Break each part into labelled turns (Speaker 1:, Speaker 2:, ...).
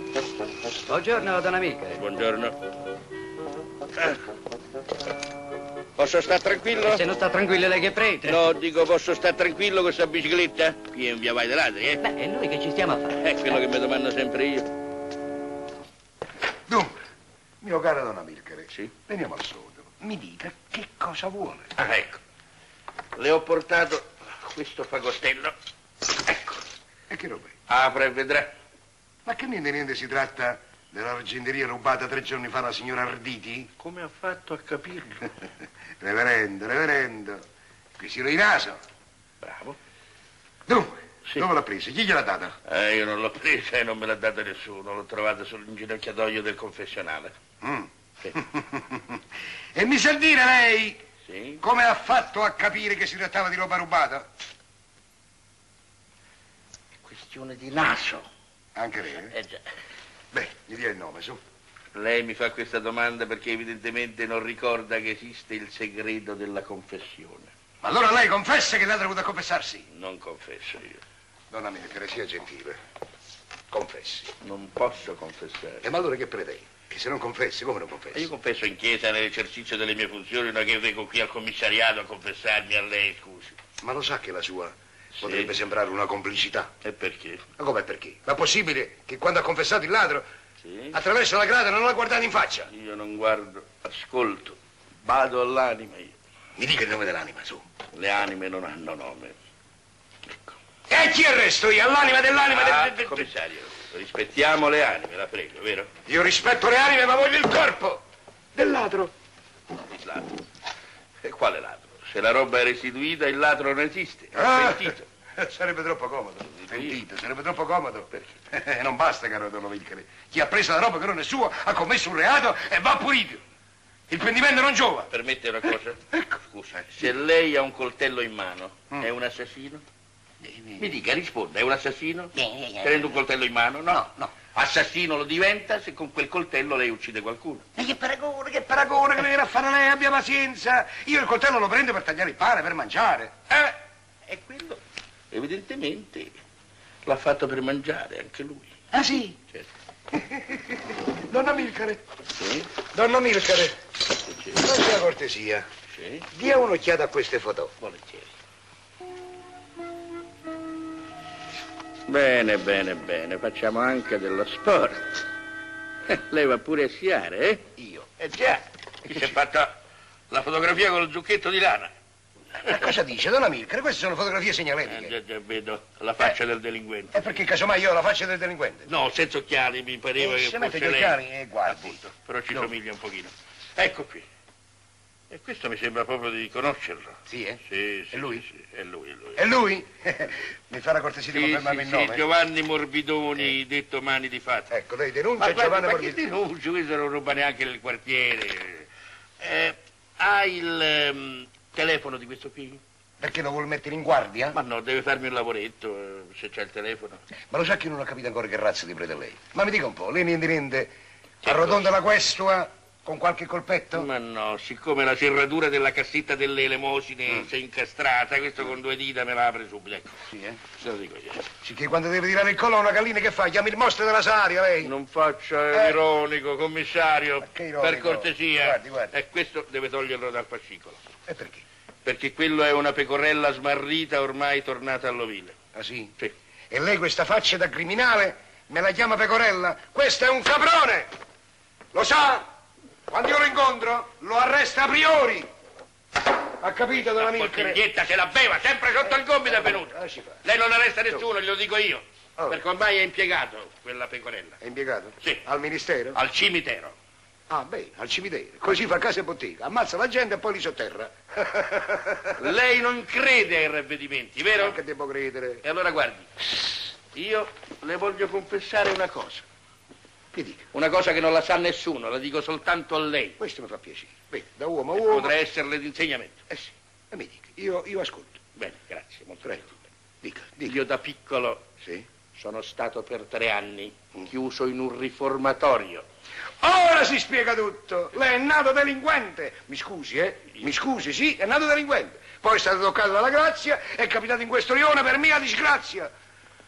Speaker 1: Buongiorno, don amica.
Speaker 2: Buongiorno. Eh. Posso stare tranquillo?
Speaker 1: Se non sta tranquillo lei che prete.
Speaker 2: No, dico posso stare tranquillo con questa bicicletta? Qui è in via Vai dei Ladri, eh?
Speaker 1: Beh, è noi che ci stiamo a fare.
Speaker 2: È quello che mi domando sempre io.
Speaker 3: Dunque, mio caro Don Amilcare,
Speaker 2: Sì.
Speaker 3: veniamo al sodo. Mi dica che cosa vuole.
Speaker 2: Ah, ecco. Le ho portato questo fagottello. Ecco.
Speaker 3: E che roba è?
Speaker 2: Apra e vedrà.
Speaker 3: Ma che niente niente si tratta dell'argenteria rubata tre giorni fa alla signora Arditi?
Speaker 2: Come ha fatto a capirlo?
Speaker 3: Reverendo, reverendo, qui si il naso.
Speaker 2: Bravo.
Speaker 3: Dunque,
Speaker 2: Sì.
Speaker 3: dove l'ha presa? Chi gliel'ha data?
Speaker 2: Eh, io non l'ho presa e non me l'ha data nessuno. L'ho trovata sull'inginocchiatoio del confessionale.
Speaker 3: Mm.
Speaker 2: Sì.
Speaker 3: e mi sa dire lei
Speaker 2: Sì?
Speaker 3: come ha fatto a capire che si trattava di roba rubata?
Speaker 2: Questione di naso.
Speaker 3: Anche lei, eh?
Speaker 2: Eh già.
Speaker 3: Beh, mi dia il nome, su.
Speaker 2: Lei mi fa questa domanda perché evidentemente non ricorda che esiste il segreto della confessione.
Speaker 3: Ma allora lei confessa che l'altro ha dovuto confessarsi?
Speaker 2: Non confesso io.
Speaker 3: Donna Amilcare, sia gentile. Confessi.
Speaker 2: Non posso confessare.
Speaker 3: E ma allora che pretendi? Che se non confessi, come non confessi?
Speaker 2: E Io confesso in chiesa nell'esercizio delle mie funzioni, non è che vengo qui al commissariato a confessarmi a lei, scusi.
Speaker 3: Ma lo sa che la sua
Speaker 2: Sì.
Speaker 3: potrebbe sembrare una complicità?
Speaker 2: E perché?
Speaker 3: Ma come perché? Ma è possibile che quando ha confessato il ladro,
Speaker 2: Sì?
Speaker 3: attraverso la grata non l'ha guardato in faccia?
Speaker 2: Io non guardo, ascolto, vado all'anima io.
Speaker 3: Mi dica il nome dell'anima, su.
Speaker 2: Le anime non hanno nome.
Speaker 3: E chi arresto io? All'anima dell'anima del-
Speaker 2: Ah,
Speaker 3: del... del-
Speaker 2: commissario, rispettiamo le anime, la prego, vero?
Speaker 3: Io rispetto le anime, ma voglio il corpo! Del ladro.
Speaker 2: Il ladro. E quale ladro? Se la roba è restituita, il ladro non esiste. È pentito.
Speaker 3: Ah! Eh, Sarebbe troppo comodo. Pentito,
Speaker 2: Pentito,
Speaker 3: sarebbe troppo comodo. Perché? Non basta, caro Don Ovincari. Chi ha preso la roba che non è sua ha commesso un reato e va pulito. Il pendimento non giova.
Speaker 2: Permette una cosa? Scusa, se lei ha un coltello in mano, è un assassino? Mi dica, risponda, è un assassino? Tenendo un coltello in mano? No, no. Assassino lo diventa se con quel coltello lei uccide qualcuno.
Speaker 3: Ma che paragone, che paragone che viene a fare lei, abbia pazienza. Io il coltello lo prendo per tagliare il pane, per mangiare.
Speaker 2: Eh, è quello. Evidentemente l'ha fatto per mangiare anche lui.
Speaker 3: Ah sì?
Speaker 2: Certo.
Speaker 3: Donna Milcare,
Speaker 2: Sì,
Speaker 3: donna Milcare,
Speaker 2: sì,
Speaker 3: faccia la cortesia.
Speaker 2: sì,
Speaker 3: Dia un'occhiata a queste foto.
Speaker 2: volentieri. Bene, bene, bene, facciamo anche dello sport. Eh, Lei va pure a sciare, eh?
Speaker 3: Io.
Speaker 2: Eh già, chi si è fatta la fotografia con lo zucchetto di lana?
Speaker 3: Ma cosa dice, donna Milcare? Queste sono fotografie
Speaker 2: Eh,
Speaker 3: segnaletiche.
Speaker 2: già, già vedo la faccia del delinquente.
Speaker 3: E Eh, perché casomai io ho la faccia del delinquente?
Speaker 2: No, senza occhiali, mi pareva
Speaker 3: Eh,
Speaker 2: che
Speaker 3: se mette
Speaker 2: fosse
Speaker 3: gli
Speaker 2: lei.
Speaker 3: occhiali, eh, guardi.
Speaker 2: Appunto, però ci
Speaker 3: No.
Speaker 2: somiglia un pochino. Ecco qui. E questo mi sembra proprio di conoscerlo.
Speaker 3: Sì, eh?
Speaker 2: Sì, sì.
Speaker 3: È lui? Eh,
Speaker 2: sì, è lui, è lui.
Speaker 3: E lui? Mi fa la cortesia di
Speaker 2: Sì,
Speaker 3: confermarmi
Speaker 2: sì,
Speaker 3: il
Speaker 2: sì,
Speaker 3: nome?
Speaker 2: Giovanni Morbidoni, detto Mani di Fatto.
Speaker 3: Eh. Ecco, lei denuncia
Speaker 2: Ma guarda,
Speaker 3: Giovanni
Speaker 2: ma che
Speaker 3: Morbidoni.
Speaker 2: denuncia, questo non ruba neanche nel quartiere. Eh, ha il ehm, telefono di questo qui?
Speaker 3: Perché lo vuol mettere in guardia?
Speaker 2: Ma no, deve farmi un lavoretto, eh, se c'è il telefono.
Speaker 3: Ma lo sa che io non ho capito ancora che razza di prete è lei? Ma mi dica un po', lei niente niente
Speaker 2: Che
Speaker 3: arrotonda la questua con qualche colpetto?
Speaker 2: Certo. Ma no, siccome la serratura della cassetta delle elemosine si è incastrata, questo con due dita me la apre subito, ecco.
Speaker 3: Mm. Sì, eh?
Speaker 2: Se lo dico io.
Speaker 3: Sicché quando deve tirare il collo a una gallina che fa? Chiami il mostro della salaria lei?
Speaker 2: Non faccia
Speaker 3: Eh.
Speaker 2: ironico, commissario.
Speaker 3: Ma che ironico?
Speaker 2: Per cortesia.
Speaker 3: Guardi, guardi.
Speaker 2: E questo deve toglierlo dal fascicolo.
Speaker 3: E perché?
Speaker 2: Perché quello è una pecorella smarrita ormai tornata all'ovile.
Speaker 3: Ah sì?
Speaker 2: Sì.
Speaker 3: E lei questa faccia da criminale me la chiama pecorella? Questo è un caprone! Lo sa? Quando io lo incontro lo arresta a priori! Ha capito, don
Speaker 2: La
Speaker 3: Amilcare?
Speaker 2: bottiglietta se la beva, sempre sotto il gomito è venuto.
Speaker 3: Ah, ci fa.
Speaker 2: Lei non arresta nessuno, glielo dico io.
Speaker 3: Oh.
Speaker 2: Perché ormai è impiegato quella pecorella.
Speaker 3: È impiegato?
Speaker 2: Sì.
Speaker 3: Al ministero?
Speaker 2: Al cimitero.
Speaker 3: Ah, bene, al cimitero. Così fa casa e bottega. Ammazza la gente e poi li sotterra.
Speaker 2: Lei non crede ai ravvedimenti, vero?
Speaker 3: Che devo credere?
Speaker 2: E allora guardi, io le voglio confessare una cosa.
Speaker 3: Mi dica,
Speaker 2: Una cosa che non la sa nessuno, la dico soltanto a lei.
Speaker 3: questo mi fa piacere. Bene, da uomo a uomo.
Speaker 2: Potrà esserle d'insegnamento.
Speaker 3: Eh sì, e mi dica, io, io ascolto.
Speaker 2: Bene, grazie, molto
Speaker 3: Prego.
Speaker 2: gentile.
Speaker 3: Dica, dica.
Speaker 2: Io da piccolo
Speaker 3: Sì?
Speaker 2: sono stato per tre anni chiuso in un riformatorio.
Speaker 3: Ora si spiega tutto. Lei è nato delinquente. Mi scusi, eh? Mi scusi, sì, è nato delinquente. Poi è stato toccato dalla grazia, è capitato in questo rione per mia disgrazia.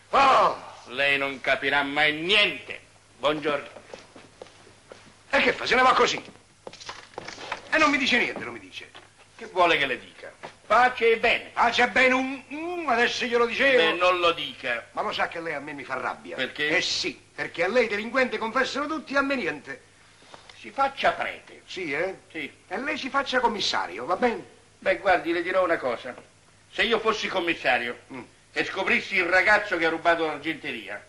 Speaker 3: Oh!
Speaker 2: Lei non capirà mai niente. Buongiorno.
Speaker 3: E che fa? Se ne va così. E non mi dice niente, non mi dice.
Speaker 2: Che vuole che le dica? Pace e bene.
Speaker 3: Ah, c'è bene un... un, adesso glielo dicevo.
Speaker 2: Beh, non lo dica.
Speaker 3: Ma lo sa che lei a me mi fa rabbia.
Speaker 2: Perché?
Speaker 3: Eh sì, perché a lei i delinquenti confessano tutti e a me niente.
Speaker 2: Si faccia prete.
Speaker 3: Sì, eh?
Speaker 2: Sì.
Speaker 3: E lei si faccia commissario, va bene?
Speaker 2: Beh, guardi, le dirò una cosa. Se io fossi commissario
Speaker 3: Mm.
Speaker 2: e scoprissi il ragazzo che ha rubato l'argenteria,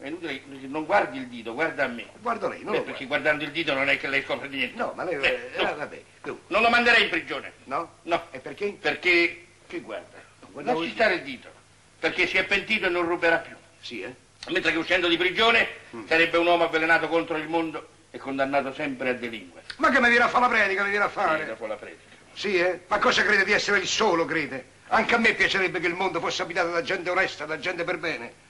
Speaker 2: è inutile che- non guardi il dito, guarda a me.
Speaker 3: Guardo lei, non
Speaker 2: Beh,
Speaker 3: lo
Speaker 2: perché
Speaker 3: guardo.
Speaker 2: guardando il dito non è che lei scopre niente.
Speaker 3: No, ma lei...
Speaker 2: Eh,
Speaker 3: eh,
Speaker 2: no.
Speaker 3: vabbè, dunque,
Speaker 2: Non lo manderei in prigione.
Speaker 3: no?
Speaker 2: No.
Speaker 3: E perché?
Speaker 2: Perché... Che guarda?
Speaker 3: guarda
Speaker 2: Lasci
Speaker 3: voi-
Speaker 2: stare il dito. Perché si è pentito e non ruberà più.
Speaker 3: Sì, eh?
Speaker 2: Mentre che uscendo di prigione
Speaker 3: Mm.
Speaker 2: sarebbe un uomo avvelenato contro il mondo e condannato sempre a delinquere.
Speaker 3: Ma che mi viene a fare la predica, mi viene a
Speaker 2: Sì,
Speaker 3: fare?
Speaker 2: dopo la predica.
Speaker 3: Sì, eh? Ma cosa crede di essere il solo, crede? Anche a me piacerebbe che il mondo fosse abitato da gente onesta, da gente per bene.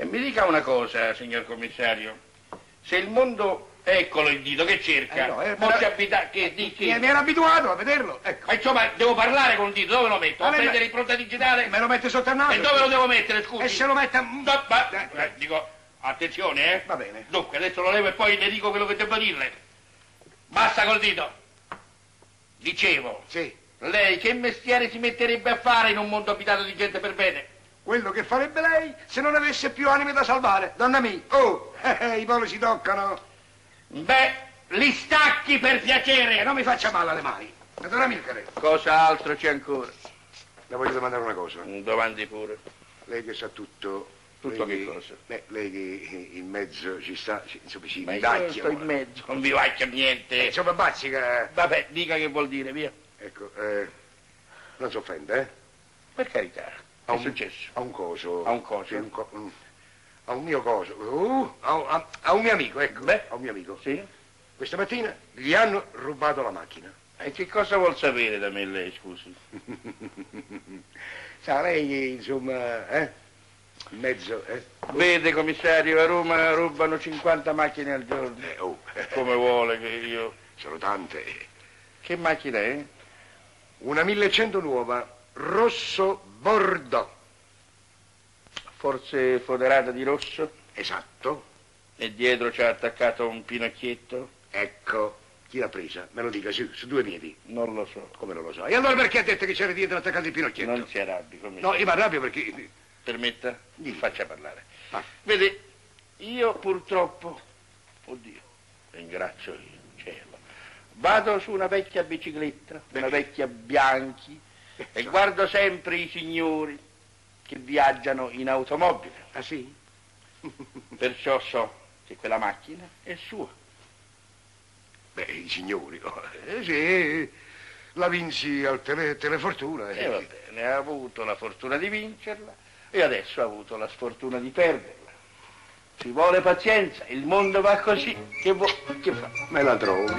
Speaker 2: E mi dica una cosa, signor commissario. Se il mondo... Eccolo il dito che cerca.
Speaker 3: Eh no, eh,
Speaker 2: Mo
Speaker 3: però-
Speaker 2: ci abita- Che, di chi?
Speaker 3: Mi, mi era abituato a vederlo, ecco.
Speaker 2: Ma insomma, devo parlare con il dito. Dove lo metto? A
Speaker 3: Ma lei-
Speaker 2: prendere in pronta digitale?
Speaker 3: Me lo mette sotto il naso.
Speaker 2: Eh, E dove lo devo mettere, scusi?
Speaker 3: E Eh, se lo mette...
Speaker 2: No, ma-
Speaker 3: Eh,
Speaker 2: eh, dico, attenzione, eh.
Speaker 3: Va bene.
Speaker 2: Dunque, adesso lo levo e poi le dico quello che devo dirle. Basta col dito. Dicevo,
Speaker 3: Sì.
Speaker 2: lei che mestiere si metterebbe a fare in un mondo abitato di gente per bene?
Speaker 3: Quello che farebbe lei se non avesse più anime da salvare, donna mia. Oh, eh, eh, i poli si toccano.
Speaker 2: Beh, li stacchi per
Speaker 3: E
Speaker 2: piacere.
Speaker 3: non mi faccia male alle mani. Dottor Amilcare,
Speaker 2: Cosa altro c'è ancora?
Speaker 3: le voglio domandare una cosa.
Speaker 2: Domandi pure.
Speaker 3: Lei che sa Mm. tutto...
Speaker 2: Tutto che
Speaker 3: lei
Speaker 2: cosa?
Speaker 3: Beh, lei che in mezzo ci sta, ci- insomma, ci
Speaker 2: io
Speaker 3: indacchia.
Speaker 2: sto in mezzo. Non vi faccio niente.
Speaker 3: Eh, Insomma, bazzica.
Speaker 2: Vabbè, dica che vuol dire, via.
Speaker 3: Ecco, eh, non si offende, eh?
Speaker 2: Per carità. Che
Speaker 3: Ha
Speaker 2: è
Speaker 3: un-
Speaker 2: successo?
Speaker 3: A un coso.
Speaker 2: A un coso?
Speaker 3: Sì, un co- mm. a un mio coso. Uh, a, un- a- a un mio amico, ecco.
Speaker 2: Beh.
Speaker 3: A un mio amico.
Speaker 2: Sì?
Speaker 3: Questa mattina gli hanno rubato la macchina.
Speaker 2: E che cosa vuol sapere da me lei, scusi?
Speaker 3: Sa, lei, insomma, eh? In mezzo, eh?
Speaker 2: Vede, commissario, a Roma rubano 50 macchine al giorno.
Speaker 3: Eh, oh,
Speaker 2: Come vuole che io...
Speaker 3: sono tante.
Speaker 2: Che macchina è?
Speaker 3: Una 1100 nuova, rosso bordeaux.
Speaker 2: Forse foderata di rosso?
Speaker 3: Esatto.
Speaker 2: E dietro ci ha attaccato un pinocchietto?
Speaker 3: Ecco, chi l'ha presa? Me lo dica, su, su due piedi.
Speaker 2: Non lo so.
Speaker 3: Come non lo so. E allora perché ha detto che c'era dietro attaccato il pinocchietto?
Speaker 2: Non si arrabbi, commissario.
Speaker 3: No, io mi arrabbio perché...
Speaker 2: Permetta, mi faccia parlare.
Speaker 3: Ah.
Speaker 2: Vede, io purtroppo, oddio, ringrazio il cielo, vado su una vecchia bicicletta, una vecchia Bianchi, e guardo sempre i signori che viaggiano in automobile.
Speaker 3: Ah, sì?
Speaker 2: Perciò so che quella macchina è sua.
Speaker 3: Beh, i signori, oh, eh, sì, la vinsi al tele, telefortuna. eh.
Speaker 2: E va bene, ha avuto la fortuna di vincerla e adesso ha avuto la sfortuna di perderla. Ci vuole pazienza, il mondo va così, che, vuo- che fa?
Speaker 3: Me la trovo.